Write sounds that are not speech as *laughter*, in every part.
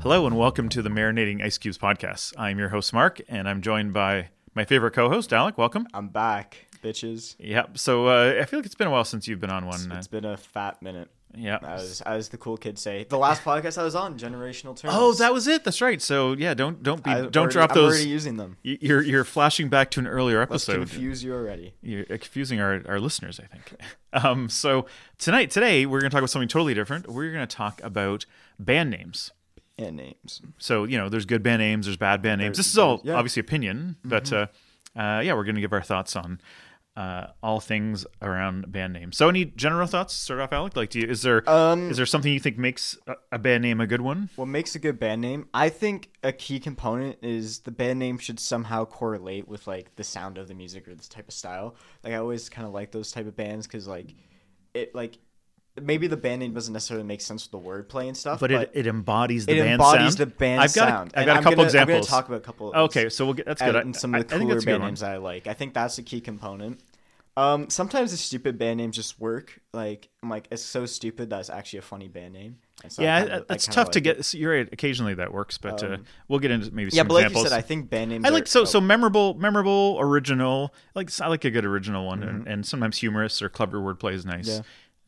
Hello and welcome to the Marinating Ice Cubes podcast. I'm your host Mark, and I'm joined by my favorite co-host Alec. Welcome. I'm back, bitches. Yep. So uh, I feel like it's been a while since you've been on one. Uh, It's been a fat minute. yeah. As as the cool kids say, the last podcast I was on, generational terms. Oh, that was it. That's right. So yeah, don't don't be I don't already- drop I'm those. already using them. Y- You're you're flashing back to an earlier Let's episode. confuse you already. You're confusing our, our listeners, I think. *laughs* Um, so tonight, today, we're going to talk about something totally different. We're going to talk about band names. And names. So you know, there's good band names, there's bad band names. This is all yeah. Mm-hmm. obviously opinion, but uh, uh, yeah, we're going to give our thoughts on uh, all things around band names. So any general thoughts? to Start off, Alec. Like, do you, is there is Um, there something you think makes a, a band name a good one? What makes a good band name? I think a key component is the band name should somehow correlate with like the sound of the music or this type of style. Like I always kind of like those type of bands because like it like maybe the band name doesn't necessarily make sense with the wordplay and stuff, But it, it embodies the it band sound. embodies the band I've got sound. A, I've And got a I'm couple gonna- examples. I'm gonna talk about a couple. Of those. okay, so we'll get that's good. and, I- and some of the I- I think cooler that's a good band one. names I like. I think that's a key component. Um, sometimes the stupid band names just work. Like I'm like, it's so stupid that it's actually a funny band name. And so I Yeah, uh, kinda- I it's kinda tough to like it. Um, get. You're right. Occasionally that works, but uh, we'll get into maybe Yeah, some but like examples. you said, I think band names. I are- like so oh, so memorable, memorable, original. Like I like a good original one, and, Mm-hmm. and sometimes humorous or clever wordplay is nice.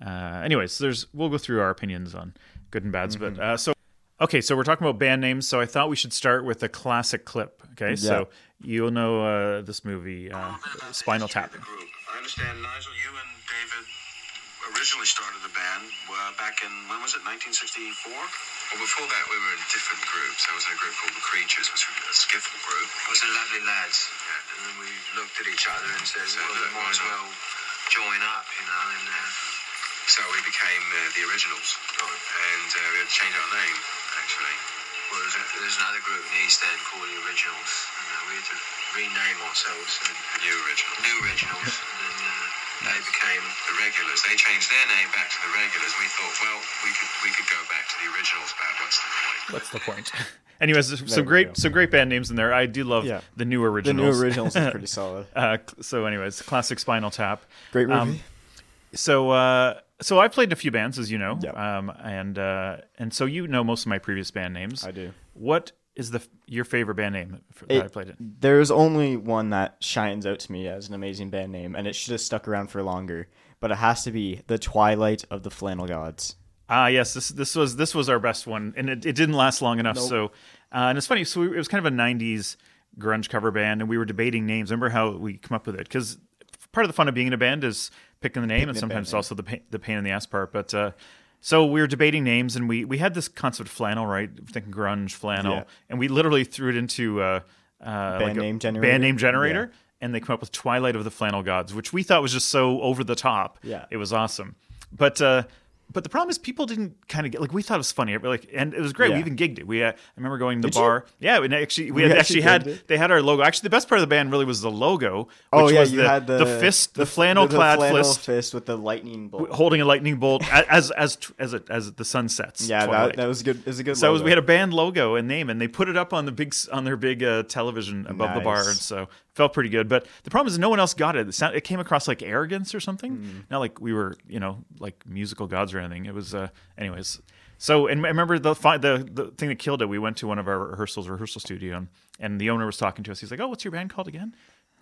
Uh, anyways, there's we'll go through our opinions on good and bads, Mm-hmm. but uh, so okay, so we're talking about band names. So I thought we should start with a classic clip. Okay, so you'll know uh, this movie, uh, Spinal Tap. the group. I understand, Nigel, you and David originally started the band uh, back in, when was it, 1964? Well, before that, we were in different groups. I was in a group called The Creatures, which was a skiffle group. Those are lovely lads. And then we looked at each other and said, well, we might as well join up, you know, and... Uh, so we became uh, the originals, and uh, we had to change our name actually. Well, there's, there's another group in the East End called the Originals, and uh, we had to rename ourselves and New Originals. New Originals, and then uh, they became the Regulars. They changed their name back to the Regulars. We thought, well, we could we could go back to the Originals, but what's the point? What's the point? *laughs* Anyways, there's some we go. great some great band names in there. I do love Yeah. the new the new originals. *laughs* originals is pretty solid. *laughs* uh, cl- so, anyways, classic Spinal Tap. Great movie. Um, so uh so I played in a few bands as you know. Yep. Um and uh and so you know most of my previous band names. I do. What is the f- your favorite band name for, that I It- played in? There's only one that shines out to me as an amazing band name, and it should have stuck around for longer. But it has to be the Twilight of the Flannel Gods. Ah yes, this this was this was our best one and it, it didn't last long enough. So uh, and it's funny so we, it was kind of a 90s grunge cover band and we were debating names. Remember how we come up with it cuz part of the fun of being in a band is picking the name and sometimes it's also the pain, the pain in the ass part but uh so we were debating names and we we had this concept of flannel right thinking grunge flannel Yeah. and we literally threw it into uh, uh, Band like a name generator? band name generator, and they come up with Twilight of the Flannel Gods, which we thought was just so over the top. Yeah. it was awesome, but. uh but the problem is people didn't kind of get like we thought it was funny like and it was great we Yeah. even gigged it we uh, I remember going to the you? bar yeah and actually *laughs* we, had actually actually had gigged it? they had our logo actually the best part of the band really was the logo which Oh yeah, was you the, had the, fist the, flannel clad flannel fist fist with the lightning bolt. holding a lightning bolt a- as as t- as it, as the sun sets Yeah, that, Twilight. that was good. It was a good. So it was, logo. we had a band logo and name, and they put it up on the big s- on their big uh, television above the bar, Nice. and so it felt pretty good. But the problem is, no one else got it. It, sound, it came across like arrogance or something. Hmm. Not like we were, you know, like musical gods or anything. It was, uh, anyways. So and I remember the, fi- the the thing that killed it. We went to one of our rehearsals, rehearsal studio, and, and the owner was talking to us. He's like, "Oh, what's your band called again?"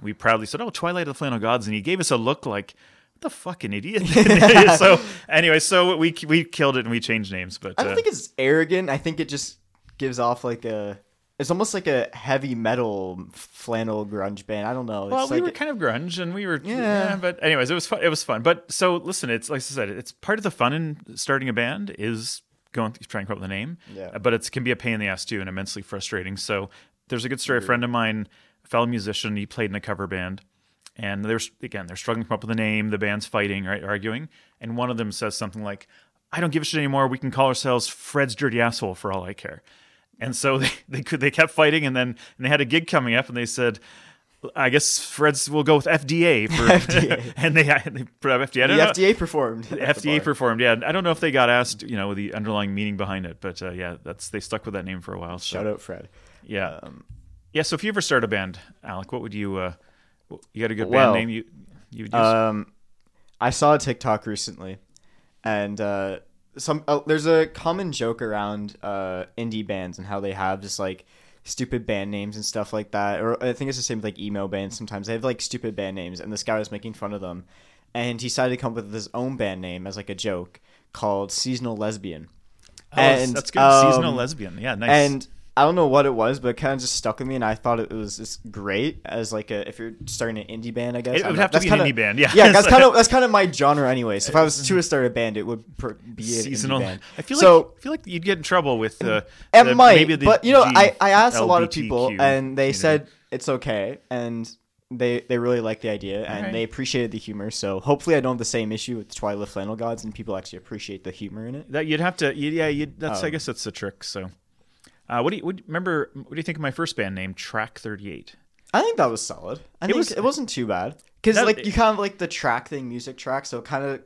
We proudly said, "Oh, Twilight of the Flannel Gods," and he gave us a look like. "What The fucking *laughs* idiot. *laughs* so anyway, so we we killed it and we changed names, but I don't uh, think it's arrogant. I think it just gives off like a. It's almost like a heavy metal flannel grunge band. I don't know. It's Well, we like, were kind of grunge, and we were yeah. Yeah. But anyways, it was fun. It was fun. But so listen, it's like I said, it's part of the fun in starting a band is going trying to come up with a name. Yeah. But it can be a pain in the ass too, and immensely frustrating. So there's a good story. A friend of mine, a fellow musician, he played in a cover band, and there's again they're struggling to come up with a name. The band's fighting, right, arguing, and one of them says something like, "I don't give a shit anymore. We can call ourselves Fred's Dirty Asshole for all I care." And so *laughs* they, they could they kept fighting, and then and they had a gig coming up, and they said, I guess Fred's will go with FDA *laughs* for *laughs* and they they put up FDA. I the don't know- *laughs* FDA performed. at the FDA bar. performed. Yeah, I don't know if they got asked, you know, the underlying meaning behind it, but uh, yeah, that's they stuck with that name for a while. So Shout out Fred. yeah, Yeah. So if you ever start a band, Alec, what would you? Uh, w- you got a good Well, band name? You you would use? Um, I saw a TikTok recently, and uh, some uh, there's a common joke around uh, indie bands and how they have just like stupid band names and stuff like that. Or I think it's the same with like emo bands. Sometimes they have like stupid band names, and this guy was making fun of them, and he decided to come up with his own band name as like a joke called Seasonal Lesbian. Oh, and, that's good. Seasonal um, lesbian. Yeah. Nice. and I don't know what it was, but it kind of just stuck with me, and I thought it was just great as like a, if you're starting an indie band, I guess It I would don't- have to that's be an kinda- indie band, yeah. yeah, that's *laughs* kind of that's kind of my genre anyway. So if I was to start a band, it would pr- be an seasonal. Indie band. I feel so, like I feel like you'd get in trouble with uh, it the- might, maybe the but you know, G- I, I asked a lot of people, LGBTQ and they community. said it's okay, and they they really liked the idea, and Alright. they appreciated the humor. So hopefully, I don't have the same issue with Twilight Flannel Gods, and people actually appreciate the humor in it. that you'd have to. you- Yeah, you'd, that's Oh. I guess that's the trick. So, uh, what do you what, remember? What do you think of my first band name, Track Thirty Eight? I think that was solid. I think was- it wasn't too bad because That- like you kind of like the track thing, music track, so kind of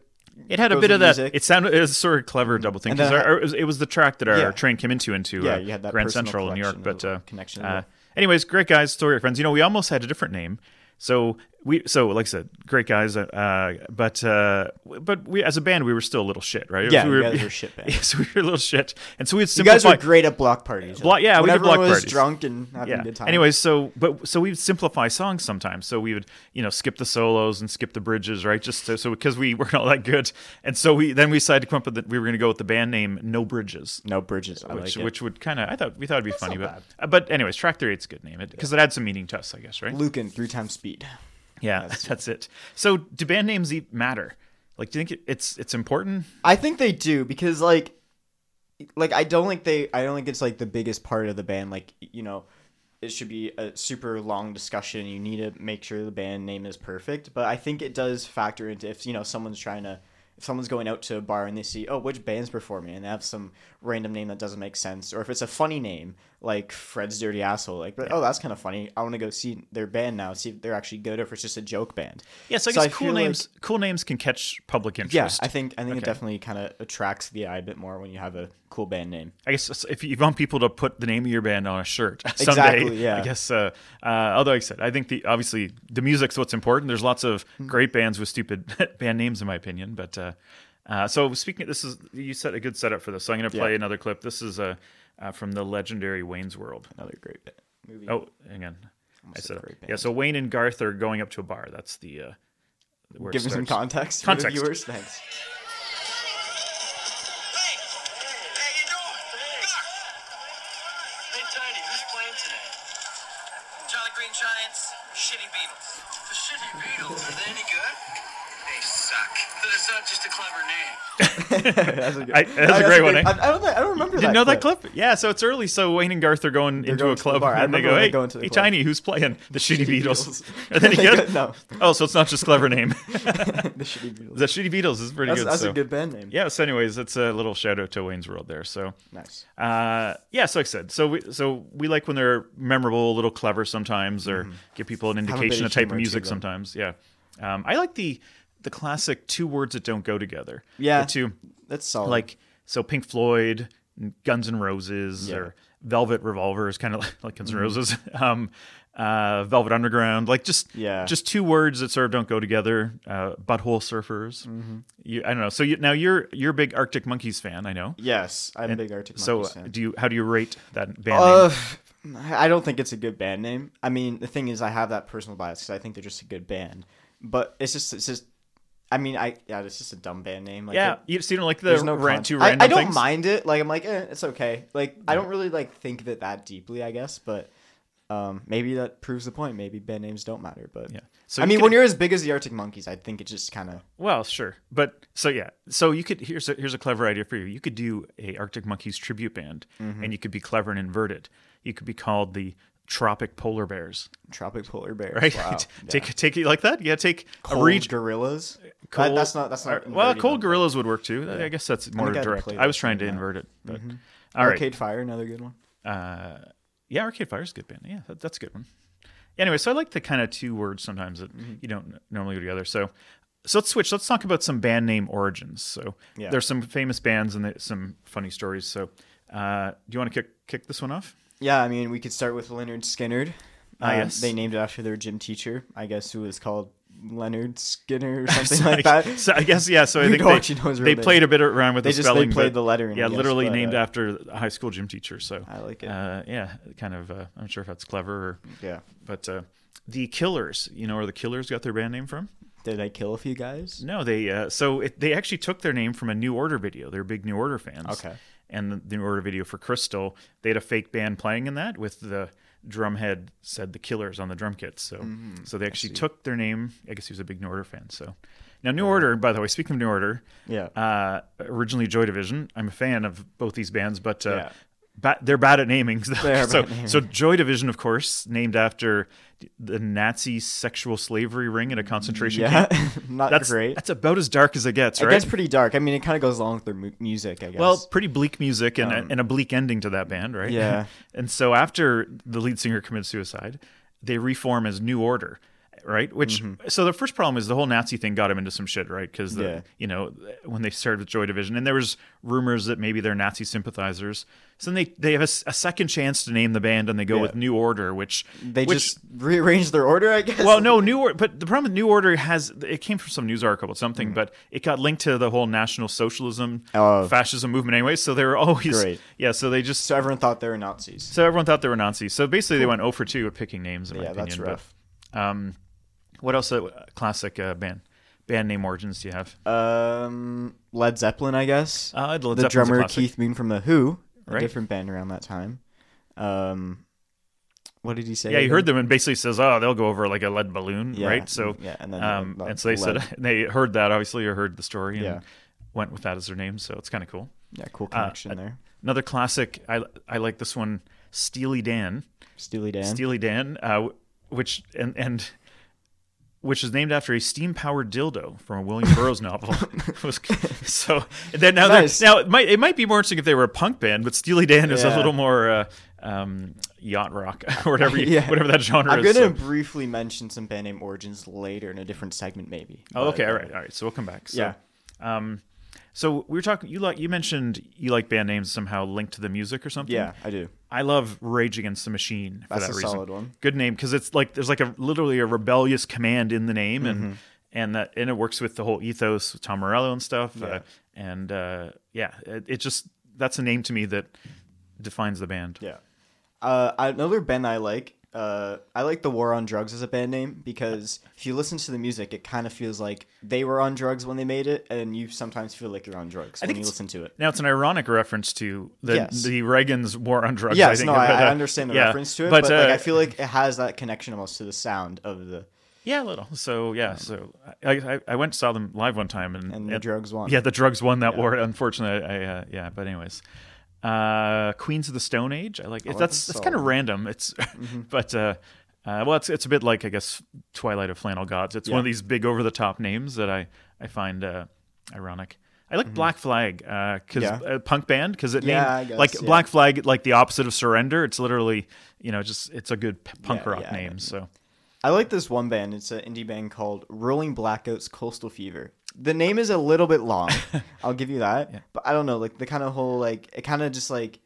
It had a Goes bit with of that. music. Mm-hmm. It sounded it was sort of clever double thing And because then I- it, was the track that our Yeah. train came into into Yeah, uh, you had that Grand personal Central in New York. collection But of- uh, connection Uh, of- anyways, great guys, story friends. You know, we almost had a different name. So we so like I said, great guys. Uh, uh, but uh, w- but we as a band we were still a little shit, right? Yeah, we *laughs* you guys were shit band. Yes, we were a little shit, and so we would you guys simplify. were great at block parties. Block- yeah, we when did everyone block was parties. drunk and having yeah. a good time. Anyways, so but so we would simplify songs sometimes. So we would you know skip the solos and skip the bridges, right? Just so because we *laughs* weren't all that good, and so we then we decided to come up with the, we were going to go with the band name No Bridges, no bridges. I which like it. which would kind of I thought we thought it'd be funny, not but uh, but anyways, track three eight's a good name because it had some meaning to us, I guess, right? Lucan three times speed. yeah, *laughs* that's, it. So do band names e- matter? Like, do you think it, it's it's important? I think they do because like, like I don't think they. I don't think it's like the biggest part of the band. Like you know, it should be a super long discussion. You need to make sure the band name is perfect. But I think it does factor into if you know someone's trying to. If someone's going out to a bar and they see, oh, which band's performing, and they have some random name that doesn't make sense, or if it's a funny name like Fred's Dirty Asshole, like, but, oh, that's kind of funny. I want to go see their band now, see if they're actually good, or if it's just a joke band. Yeah, so I So guess I cool feel like- names cool names can catch public interest. Yeah, I think I think Okay. it definitely kind of attracts the eye a bit more when you have a cool band name. I guess if you want people to put the name of your band on a *laughs* shirt someday, Exactly, yeah. I guess. Uh, uh, although like I said, I think the obviously the music's what's important. There's lots of Mm. great bands with stupid *laughs* band names, in my opinion. But uh, uh, so speaking, of, this is you set a good setup for this. So I'm going to play Yeah. another clip. This is uh, uh, from the legendary Wayne's World. Another great bit. movie. Oh, hang on, I said said great band. yeah. So Wayne and Garth are going up to a bar. That's the uh, where it Give me some starts. context, Context. for the viewers. Thanks. Hey, how you doing? Hey, Tiny, who's playing today? Jolly Green Giants, Shitty Beatles. The Shitty Beatles, are they any good? They suck. But it's not just a clever name. that's a, good, I- that's a great one, eh? *laughs* I, I don't. know- I don't remember. Didn't that know that clip? Yeah, so it's early. So Wayne and Garth are going into going a to the club bar. I and they remember go, when they "Hey, go into the hey, club." Tiny, who's playing *laughs* the Shitty Beatles?" *laughs* Beatles. Are they *laughs* good? No. Oh, so it's not just clever name. *laughs* *laughs* the shitty Beatles. the Shitty Beatles is pretty that's good. that's so. a good band name. Yeah. So, anyways, that's a little shout out to Wayne's World there. So. Nice. Uh, yeah, so like I said, so we so we like when they're memorable, a little clever sometimes, or give people an Mm-hmm. bit indication of of type humor of to music them. sometimes. Yeah, um, I like the the classic two words that don't go together. Yeah. the two That's solid. like so Pink Floyd, Guns N' Roses, Yeah. Mm-hmm. or Velvet Revolver is kind of *laughs* like, like Guns N' Roses, um, uh, Velvet Underground, like just Yeah. just two words that sort of don't go together. Uh, butthole surfers, Mm-hmm. you, I don't know. So you, now you're you're a big Arctic Monkeys fan, I know. yes, I'm a big Arctic So uh, Monkeys fan. do you? How do you rate that band? name? Uh, I don't think it's a good band name. I mean, the thing is, I have that personal bias because I think they're just a good band. But it's just, it's just. I mean, I yeah, it's just a dumb band name. Like Yeah, it- you, so you don't like the there's no rant con- two I, random I don't things? mind it. Like I'm like, eh, it's okay. Like I don't really like think of it that deeply, I guess. But um, maybe that proves the point. Maybe band names don't matter. But Yeah. So so I you mean, could- when you're as big as the Arctic Monkeys, I think it just kind of Well, sure, but so yeah, so you could here's a, here's a clever idea for you. You could do a Arctic Monkeys tribute band, Mm-hmm. and you could be clever and inverted. You could be called the Tropic Polar Bears, *laughs* Tropic Polar Bear. right? *laughs* Wow. take take it like that. Yeah, take Cold a region. gorillas. That- Cold- that's not. That's not. well, inverting Cold them. Gorillas would work too. I guess that's more think I'd direct. play I was that trying Mm-hmm. to right now. invert it, but all right. Arcade Fire, another good one. Uh, yeah, Arcade Fire's a good band. Yeah, that, that's a good one. Anyway, so I like the kind of two words sometimes that Mm-hmm. you don't normally go together. So, so let's switch. Let's talk about some band name origins. So Yeah. there's some famous bands and the, some funny stories. So, uh, do you want to kick kick this one off? Yeah, I mean, we could start with Leonard Skinner. Ah, Um, yes. They named it after their gym teacher, I guess, who was called *laughs* Leonard Skinner or something So like I- that. So I guess yeah. So I *laughs* You think know they, what she knows they really. played a bit around with They the just- they spelling. played but- the lettering, Yeah, yes, literally but, named uh, after a high school gym teacher. So I like it. Uh, yeah, kind of. Uh, I'm sure if that's clever. Or, yeah. But uh, the Killers, you know, where the Killers got their band name from? Did I kill a few guys? No, they uh, so it, they actually took their name from a New Order video. They're big New Order fans. Okay. And the, the New Order video for Crystal, they had a fake band playing in that with the drumhead said the Killers on the drum kit. So Mm-hmm. so they actually took their name. I guess he was a big New Order fan. So now New Order, by the way, speaking of New Order, Yeah. uh, originally Joy Division. I'm a fan of both these bands, but uh, Yeah. ba- they're bad at naming. so They *laughs* are so, bad at naming. so Joy Division, of course, named after the Nazi sexual slavery ring in a concentration Yeah. camp. *laughs* Not That's great. That's about as dark as it gets, It right? gets pretty dark. I mean, it kind of goes along with their mu- music, I guess. well, pretty bleak music and, a, and a bleak ending to that band, right? Um, Yeah. *laughs* and so after the lead singer commits suicide, they reform as New Order, right? Which so the first problem is the whole Nazi thing got him into some shit, right? Because Mm-hmm. Yeah. you know when they started with Joy Division, and there was rumors that maybe they're Nazi sympathizers. So then they they have a, s- a second chance to name the band, and they go Yeah. with New Order, which they which, just rearranged their order, I guess. well, no, New Order, but the problem with New Order has it came from some news article, or something, but it got linked to the whole National Socialism, Mm. Oh. fascism movement, anyway. So they were always, Great. yeah. So they just *laughs* So everyone thought they were Nazis. so everyone thought they were Nazis. So basically, they went 0 for 2 at picking names. In my Yeah, opinion, that's but, rough. um, what else? Uh, classic uh, band band name origins do you have? Um, Led Zeppelin, I guess. Uh, Led the Zeppelin's a drummer classic. Keith Moon from the Who, a Right. different band around that time. Um, what did he say? Yeah, you again? heard them and basically says, "Oh, they'll go over like a lead balloon, Yeah, mm, right?" So yeah, and then um, the- the and so they lead. said *laughs* they heard that obviously or heard the story and Yeah. went with that as their name. So it's kind of cool. Yeah, uh, cool connection there. Another classic. I I like this one. Steely Dan. Steely Dan. Steely Dan, uh, w- which and and which is named after a steam-powered dildo from a William Burroughs novel. *laughs* It was- so and then now they're- Nice. now it might it might be more interesting if they were a punk band, but Steely Dan is a Yeah. little more uh, um, yacht rock *laughs* or whatever you, *laughs* *laughs* Yeah. whatever that genre I'm is. gonna so- briefly mention some band name origins later in a different segment, maybe. oh, But, okay, all uh, right, all right. So we'll come back. So, Yeah. Um, so we were talking. You like you mentioned you like band names somehow linked to the music or something. Yeah, I do. I love Rage Against the Machine for That's that a reason. solid one. Good name because it's like there's like a literally a rebellious command in the name, and Mm-hmm. and that and it works with the whole ethos, with Tom Morello and stuff, uh, and uh, yeah, it, it just that's a name to me that defines the band. Yeah. Uh, another band I like. Uh, I like the War on Drugs as a band name because if you listen to the music, it kind of feels like they were on drugs when they made it, and you sometimes feel like you're on drugs when think you it's- listen to it. Now it's an ironic reference to the Yes. the Reagan's war on drugs. I Yes, think, no, I, but, I uh, understand the yeah. reference to it, but, but, like, uh, I feel like it has that connection almost to the sound of the yeah, a little. So yeah, so I, I I went and saw them live one time, and Um, and the drugs one. Yeah, the drugs won that war. Unfortunately, I, I uh, yeah. But anyways, uh, Queens of the Stone Age. I like it. that's Oh, that's that's kind of solid. Mm-hmm. random. It's *laughs* but uh, uh, well, it's it's a bit like I guess Twilight of Flannel Gods. It's one of these big over the top names that I I find uh, ironic. I like Black Flag because Mm-hmm. Yeah. uh, punk band because it Yeah, I named guess, like yeah. Black Flag like the opposite of Surrender. It's literally you know just it's a good p- punk Yeah, rock yeah, I name. So I like this one band. It's an indie band called Rolling Blackouts Coastal Fever. The name is a little *laughs* bit long. I'll give you that. But I don't know, like the kind of whole like it kind of just like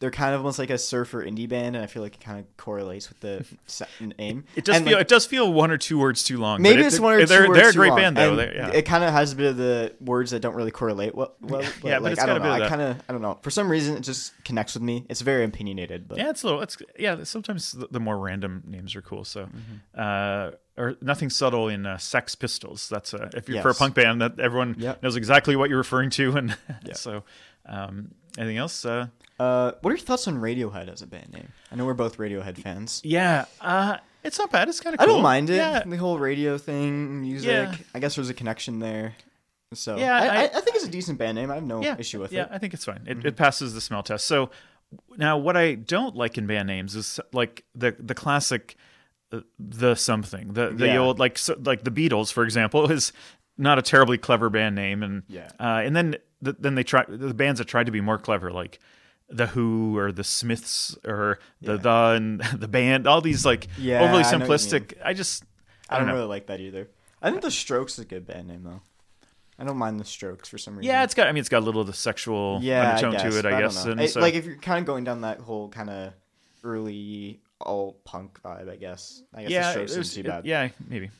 they're kind of almost like a surfer indie band, and I feel like it kind of correlates *laughs* with the se- name. it does And, feel like, it does feel one or two words too long. but maybe it- it's one or two they're, words They're a too great long, band though. and They're- yeah. It kind of has a bit of the words that don't really correlate. Well, well but, but like it's I got a don't know. bit of I that. kind of I don't know. For some reason, it just connects with me. It's very opinionated, but Yeah, it's a little. It's yeah. Sometimes the, the more random names are cool. So, Mm-hmm. uh, or nothing subtle in uh, Sex Pistols. That's a, if you're for a Yes. punk band that everyone Yep. knows exactly what you're referring to. And *laughs* so, um, anything else? Uh, Uh, what are your thoughts on Radiohead as a band name? I know we're both Radiohead fans. yeah, uh, it's not bad. It's kind of. I cool. don't mind it. Yeah, The whole radio thing, music. Yeah. I guess there's a connection there. So Yeah, I, I, I- I think it's a decent band name. I have no yeah, issue with yeah, it. Mm-hmm. I think it's fine. It, it passes the smell test. So now, what I don't like in band names is like the the classic, uh, the something, the the Yeah. old like so, like the Beatles, for example, *laughs* is not a terribly clever band name, and Yeah. uh, and then th- then they try the bands that tried to be more clever, like the Who or the Smiths or the the and *laughs* the band, all these like Yeah, overly I know what you mean. simplistic. I just I don't know. really like that either. I think The Strokes is a good band name though. I don't mind The Strokes for some reason. yeah, it's got. I mean, it's got a little of the sexual yeah, undertone I guess, to it, but I don't guess. know. and It- so- like if you're kind of going down that whole kind of early all punk vibe, I guess. I guess yeah, the strokes it was- isn't it- too bad. yeah, maybe.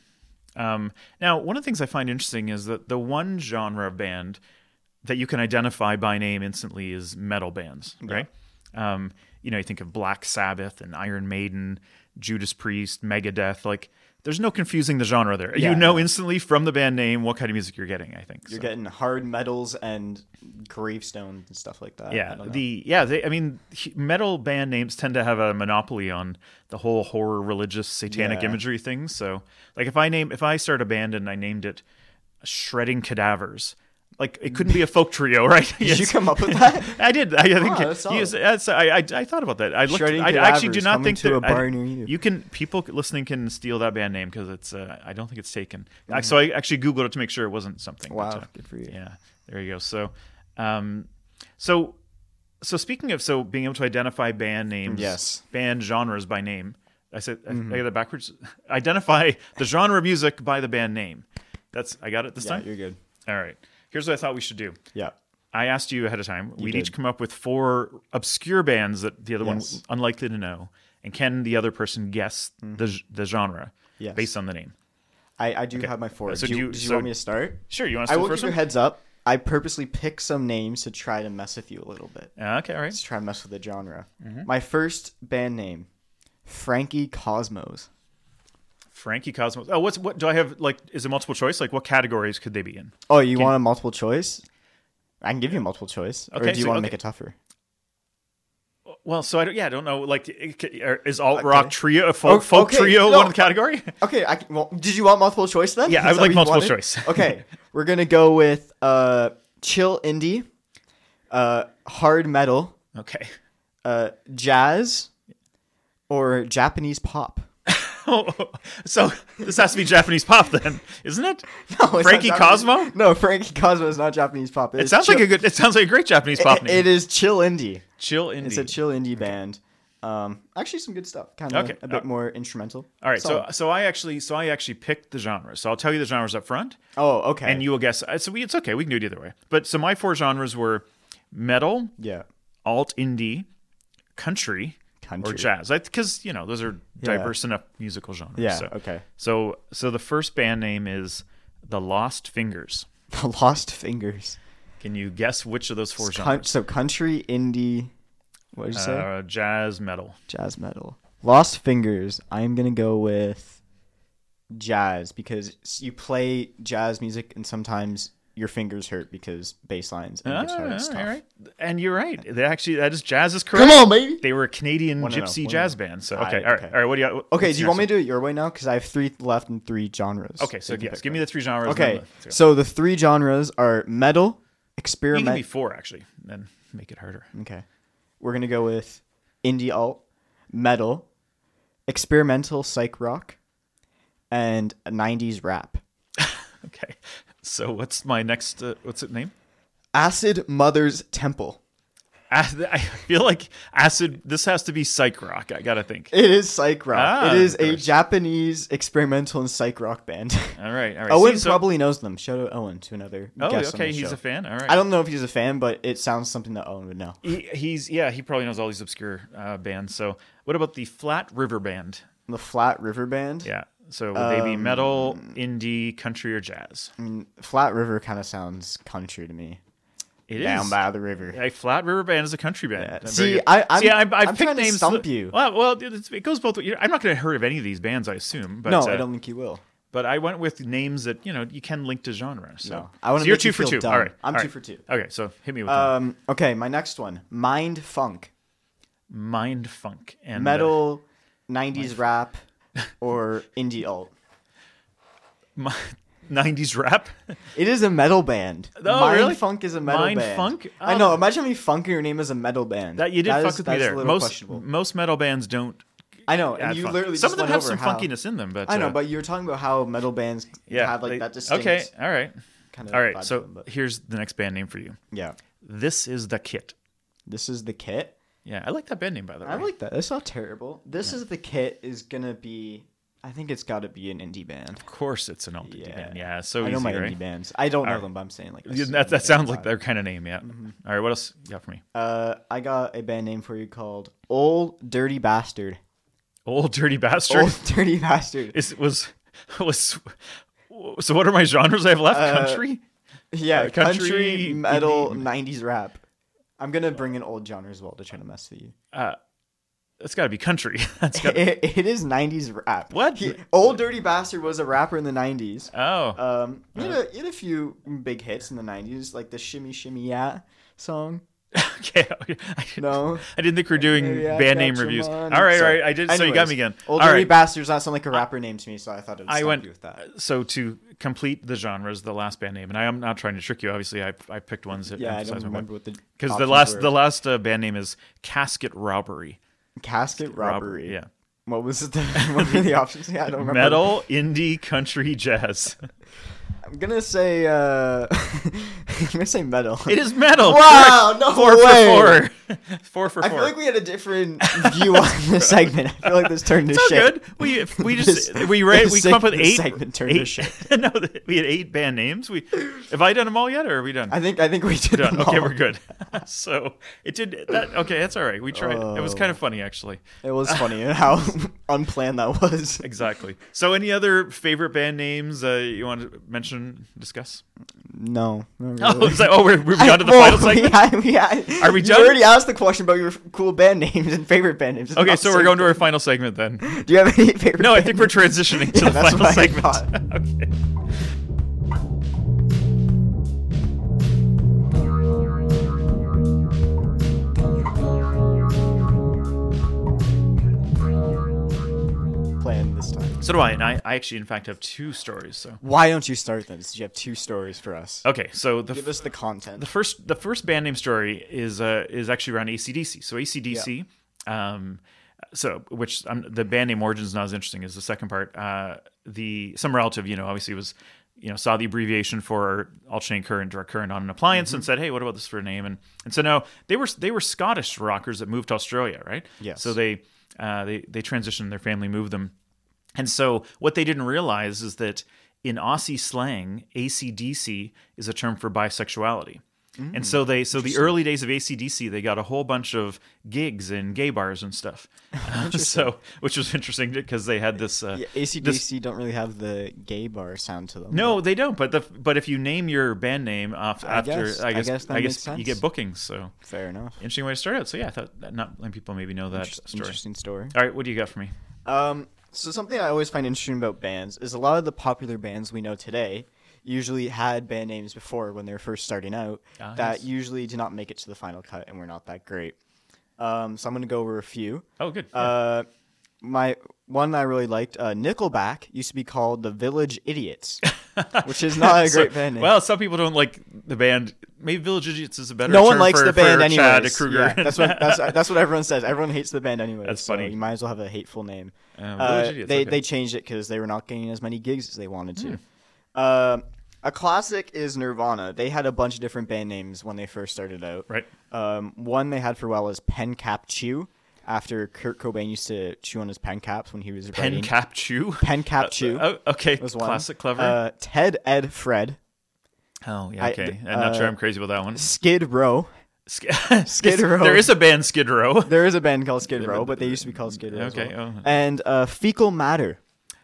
Um, now, one of the things I find interesting is that the one genre of band that you can identify by name instantly is metal bands, right? Um, you know, you think of Black Sabbath and Iron Maiden, Judas Priest, Megadeth. Like, there's no confusing the genre there. Yeah, you know yeah. instantly from the band name what kind of music you're getting. I think You're so. getting hard metals and gravestones and stuff like that. I Yeah, don't know. the yeah, they, I mean, he- metal band names tend to have a monopoly on the whole horror, religious, satanic Yeah. imagery thing. So, like, if I name if I start a band and I named it "Shredding Cadavers," like it couldn't be a folk trio, *laughs* right? Did you Yes. come up with that? *laughs* I did. I, I think Oh, that's you- solid. that's- I, I, I thought about that. I looked. Shredding I actually do Cadavers not coming think to that a bar I- near you. can people listening can steal that band name because it's. Uh, I don't think it's taken. I- So I actually googled it to make sure it wasn't something. but, Mm. Wow, uh, good for you. Yeah, there you go. So, um, so, so speaking of so being able to identify band names, Yes. Mm-hmm. band genres by name. I said I got that backwards. *laughs* Identify the genre of music by the band name. That's I got it this Yeah, time. you're good. All right. Here's what I thought we should do. Yeah. I asked you ahead of time. We'd each did. come up with four obscure bands that the other Yes. Mm-hmm. one unlikely to know, and can the other person guess the the genre Yes. based on the name? I, I do have my four. So do do you, you- do you so- want me to start? Sure, you want us I to do will the give first you a one? heads up. I purposely picked some names to try to mess with you a little bit. Uh, okay, all right. To try to mess with the genre. Mm-hmm. My first band name, Frankie Cosmos. Frankie Cosmos. Oh, what's what? Do I have like? Is it multiple choice? Like, what categories could they be in? Oh, you want a multiple choice? I can give you a multiple choice. Okay, or do you so- want to okay. make it tougher? Well, so I don't. Yeah, I don't know. Like, it c- or is alt rock trio, a Oh, folk, folk okay, trio, no. one category? *laughs* Okay, I can, well, did you want multiple choice then? Yeah, I Is would that like what you multiple wanted? choice. *laughs* okay, we're gonna go with uh, chill indie, uh, hard metal, Okay. *laughs* uh, jazz, or Japanese pop. Oh, so this has to be Japanese pop then, isn't it? *laughs* No, Oh, it's not Frankie Japanese- Cosmo? No, Frankie Cosmo is not Japanese pop. It sounds like a good. It sounds like a great Japanese pop name. it is chill indie. chill indie. It's a chill indie band. Um, actually, some good stuff. Kind of Okay, a bit uh, more instrumental. All right, Solid. so uh, so I actually so I actually picked the genres. So I'll tell you the genres up front, oh, okay. and you will guess. uh, So we, it's okay, we can do it either way. But so my four genres were metal, yeah, alt indie, country, Country. or jazz. Because you know those are Yeah. diverse enough musical genres. yeah. So, Okay. *laughs* So so the first band name is the Lost Fingers. The Lost Fingers. Can you guess which of those four Coun- genres? so country, indie, what did you say? Uh, jazz, metal. jazz metal. Lost Fingers. I'm gonna go with jazz because s- you play jazz music and sometimes your fingers hurt because bass lines and Ah, guitar is all tough. right. And you're right. They actually that is jazz is correct. Come on, baby. They were a Canadian One and a- gypsy one jazz and band. So Ah, okay, all right, okay. all right. What do you? Okay, do you want me to do it your way now? Because I have three left and three genres. Okay, so you can yes, pick give me the three genres. from. and then Okay, the- so so the three genres are metal, you can be experiment. four actually, then make it harder. *laughs* okay, we're gonna go with indie alt, metal, experimental psych rock, and '90s rap. Okay, so what's my next? Uh, what's it name? Acid Mother's Temple. Ac- I feel like acid. This has to be psych rock. I gotta think. It is psych rock. Ah, it is of a course. Japanese experimental and psych *laughs* rock band. All right, all right. *laughs* Owen See, so- probably knows them. Shout out Owen to another. Oh, guest on okay. the He's show. a fan. All right. I don't know if he's a fan, but it sounds something that Owen would know. He, he's yeah. He probably knows all these obscure uh, bands. So what about the Flat River Band? The Flat River Band. Yeah. So would they Um, be metal, indie, country, or jazz? I mean, Flat River kind of sounds country to me. It is. Down by the river. A flat river band is a country band. Yeah. Very See, good. I- I'm- See, I, I've I'm picked trying to names stump that- you. Well, well, it's, it goes both. ways. I'm not going to heard of any of these bands, I assume. But, no, uh, I don't think he will. But I went with names that you know you can link to genre. So No. I wanna so you're make two you for feel two. dumb. All right, I'm all two right. for two. Okay, so hit me with one. Um. Okay, my next one. Mind Funk. mind funk and uh, Metal, 90s rap, or indie alt. *laughs* mi- 90s *laughs* rap. It is a metal band. Oh, Mind really? Funk is a metal Mind band. Funk? I know. Oh. Imagine me funking your name as a metal band. That you did fuck is- with me that's there. A little Most questionable. most metal bands don't. I know. And add you funk. literally some just of them went have over some how- funkiness in them, but I know, uh, but you were talking about how metal bands yeah, had like they- that distinct. Okay, all right, Kind of all right. vibe So to them, but- here's the next band name for you. Yeah, This is the kit. this is the kit. Yeah, I like that band name by the way. I like that. That's not terrible. This is the kit is gonna be. I think it's got to be an indie band. Of course, it's an alt indie band. Yeah, so I know easy, my right? indie bands. I don't know Alright. them, but I'm saying like Yeah, *laughs* that that sounds like their kind of name, yeah. Mm-hmm. All right, what else you got for me? Uh, I got a band name for you called Old Dirty Bastard. Old Dirty Bastard. Old *laughs* Dirty Bastard. Is was was so? What are my genres I have left? Uh, Country. Yeah, uh, country, country, metal, '90s rap. I'm gonna bring an old genre as well to try to mess with you. That's got to be country. *laughs* That's got. It, *laughs* it is '90s rap. What? He- old Dirty Bastard was a rapper in the '90s. Oh, Um, he had, a, he had a few big hits in the '90s, like the "Shimmy Shimmy Yeah" song. okay. okay. I didn't, *laughs* No, I didn't think we are doing Maybe I band got name your reviews. money. All right, all Sorry. right. I did. so you got Anyways, me again. Old all Dirty right. Bastard's not sound like a rapper name to me, so I thought it would I stop went- uh, you with that. so to complete the genres, the last band name, and I am not trying to trick you. Obviously, I I picked ones that Yeah, I emphasize don't my remember what the because the options last were. the last uh, band name is Casket Robbery. casket robbery. Yeah. What was the *laughs* what were the options? Yeah, I don't remember. Metal, *laughs* indie, country, *laughs* jazz. I'm gonna say uh, *laughs* I'm gonna say metal. It is metal. *laughs* Wow, no Four for way. four. *laughs* four for four. I feel like we had a different *laughs* view on this segment. I feel like this turned to It's all shit. good. We if we This- just we ran, this we come up with segment- this eight segment turned to eight *laughs* shit. no th- we had eight band names. We have I done them all yet or are we done? I think I think we did. *laughs* done. them Okay, all. we're good. *laughs* so it did that. Okay, that's all right. We tried. it was Oh. kind of funny actually. It was funny and how *laughs* unplanned that was. Exactly. So any other favorite band names uh, you want to mention discuss? *laughs* No. not Oh, really. it's like, oh we're moving on to the *laughs* Well, final segment. We, I, we, I, Are we you done? already asked the question about your cool band names and favorite band names. It's Okay, not so the we're same going to our thing. final segment then. Do you have any favorite? No, I band think we're names? transitioning to the Yeah, *laughs* that's final what I segment. thought. *laughs* okay. plan this time. So do I, and I, I actually, in fact, have two stories. So Why don't you start then? Since you have two stories for us. okay, so the Give us the content. Uh, the first the first band name story is uh, is actually around ACDC. So ACDC, um, so which um, the band name origin is not as interesting as the second part. Uh, the some relative, you know, obviously was you know saw the abbreviation for alternating current direct current on an appliance and said, hey, what about this for a name? And and so no, they were they were Scottish rockers that moved to Australia, right? Yes. So they uh, they they transitioned. Their family moved them. And so what they didn't realize is that in Aussie slang, ACDC is a term for bisexuality. And so they, so the early days of ACDC, they got a whole bunch of gigs in gay bars and *laughs* stuff. *laughs* so, which was interesting because they had this. Uh, Yeah, ACDC don't really have the gay bar sound to them. no, they don't. But the but if you name your band name off, after, guess- I guess I I guess guess, that makes sense. you get bookings. So fair enough. interesting way to start out. So yeah, I thought that not many people maybe know that story. Interesting story. All right, what do you got for me? Um, so something I always find interesting about bands is a lot of the popular bands we know today usually had band names before when they were first starting out Ah, that yes. usually do not make it to the final cut and were not that great. Um, so I'm gonna go over a few. Oh, good. Uh, my one I really liked, uh, Nickelback, used to be called the Village *laughs* Idiots, which is not a So- great band name. Well, some people don't like the band. Maybe Village Idiots is a better. no one term likes for- the band for anyway. Chad Kruger. that's what that's, that's what everyone says. Everyone hates the band anyway. That's so funny. You might as well have a hateful name. Uh, Uh, Village Idiots, they okay. they changed it because they were not getting as many gigs as they wanted to. Hmm. Um, a classic is Nirvana. They had a bunch of different band names when they first started out. *laughs* Right. Um, one they had for a while was Pen Cap Chew, after Kurt Cobain used to chew on his pen caps when he was Pen writing. Cap Chew. Pen Cap Chew Oh, okay. was one. Classic, clever. Uh, Ted Ed Fred. oh, yeah. I- Okay. I, am not uh, sure I'm crazy about that one. *laughs* Skid Row. Sk- Skid Row. There is a band Skid Row. There is a band called Skid Row, but they used to be called Skid Row. as Okay, well. oh. And uh, Fecal Matter.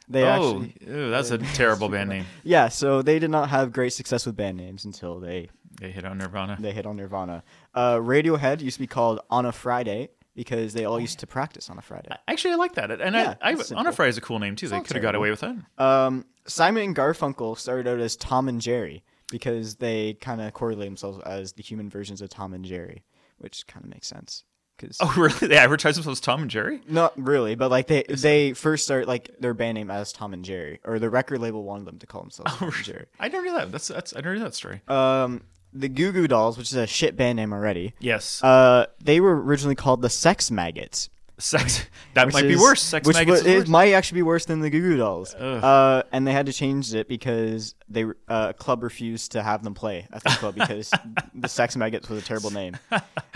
They *laughs* oh, actually. ew, *laughs* that's a terrible band name. Yeah, so they did not have great success with band names until they, They hit on Nirvana. they hit on Nirvana. Uh, Radiohead used to be called On a Friday because they all used to practice on a Friday. Actually, I like that, and Yeah, I, I that's simple. Anna Fry is a cool name too. They not could have got terrible. away *laughs* with that. Um, Simon and Garfunkel started out as Tom and Jerry because they kind of correlate themselves as the human versions of Tom and Jerry, which kind of makes sense. Cause, Oh, *laughs* really? They advertise themselves as Tom and Jerry. Not really, but like they they first start like their band name as Tom and Jerry, or the record label wanted them to call themselves Tom and Jerry. I don't know that. That's that's I don't know that story. Um, the Goo Goo Dolls, which is a shit band name already, yes. uh, they were originally called the Sex Maggots. *laughs* Sex that which might be is- worse. Sex which maggots. wa- is it worse. might actually be worse than the Goo Goo Dolls. Ugh. Uh, and they had to change it because they re- uh, a club refused to have them play at *laughs* the club because the Sex Maggots was a terrible name.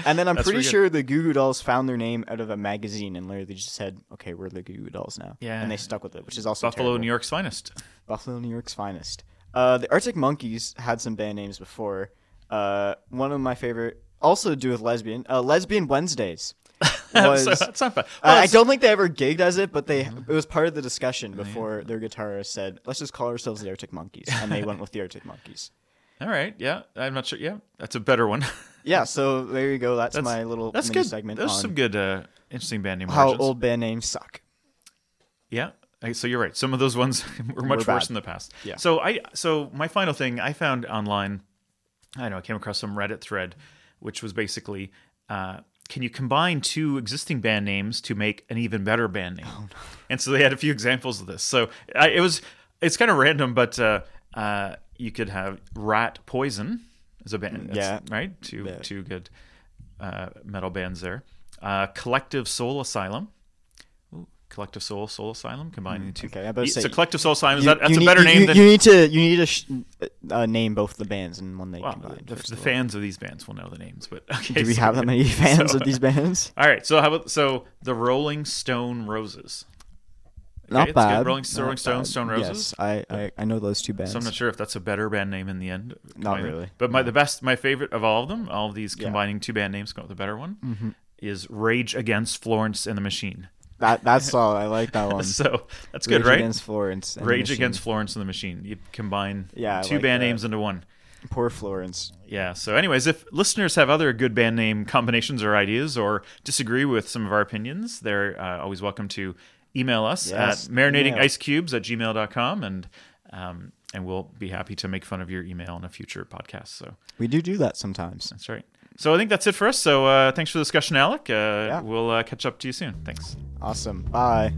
And then I'm That's pretty pretty good. sure the Goo Goo Dolls found their name out of a magazine and literally just said, "Okay, we're the Goo Goo Dolls now." Yeah. and they stuck with it, which is also Buffalo, terrible. New York's finest. *laughs* Buffalo, New York's finest. Uh, the Arctic Monkeys had some band names before. Uh, one of my favorite, also to do with lesbian, uh, Lesbian *laughs* Wednesdays. Was, so that's not bad. uh, Well, I it's- don't think they ever gigged as it, but they Mm-hmm. it was part of the discussion before their guitarist said, "Let's just call ourselves the Arctic Monkeys," and they went with the *laughs* Arctic Monkeys. All right. Yeah. I'm not sure. Yeah. That's a better one. Yeah, so there you go. That's, That's my little *laughs* That's mini good. segment Those on are some good, uh, interesting band name how origins. old band names suck. Yeah. I- So you're right. Some of those ones *laughs* were much Were worse bad. in the past. Yeah. So I so my final thing I found online, I don't know I came across some Reddit thread, which was basically, uh, can you combine two existing band names to make an even better band name? Oh, And so they had a few examples of this. So I, it was it's kind of random, but uh, uh, you could have Rat Poison as a band. That's- Yeah. Right. Two two good uh, metal bands there. Uh, Collective Soul Asylum. Ooh, Collective Soul Soul Asylum combining the two. okay, I better Ye- say- so Collective Soul Asylum is You- that, that's you a need- better you- name you, than you need to you need to sh- uh, name both the bands and one they Well, combine. the, first the of *laughs* all. fans of these bands will know the names, but *laughs* okay. Do we so- have that many fans so- of these bands? *laughs* All right, so how about so the Rolling Stone Roses? Not it's good. bad. Rolling- not Rolling Stone, bad. Stone Roses? Yes, I, I I know those two bands. So I'm not sure if that's a better band name in the end. Not Combining- really, But my the best, my favorite of all of them, all of these combining two band names, come up with a better one, Mm-hmm. is Rage Against Florence and the Machine. That that's *laughs* all. I like that one. So that's Rage good, right? Against Florence. and the Rage Machine. Against Florence and the Machine. You combine Yeah, I two like band that. names into one. Poor Florence. Yeah. So, anyways, if listeners have other good band name combinations or ideas or disagree with some of our opinions, they're uh, always welcome to email us Yes, at marinatingicecubes at gmail.com and, um, and we'll be happy to make fun of your email in a future podcast. So, We do do that sometimes. that's right. So, I think that's it for us. So, uh, thanks for the discussion, Alec. Uh, Yeah. We'll uh, catch up to you soon. Thanks. Awesome. Bye.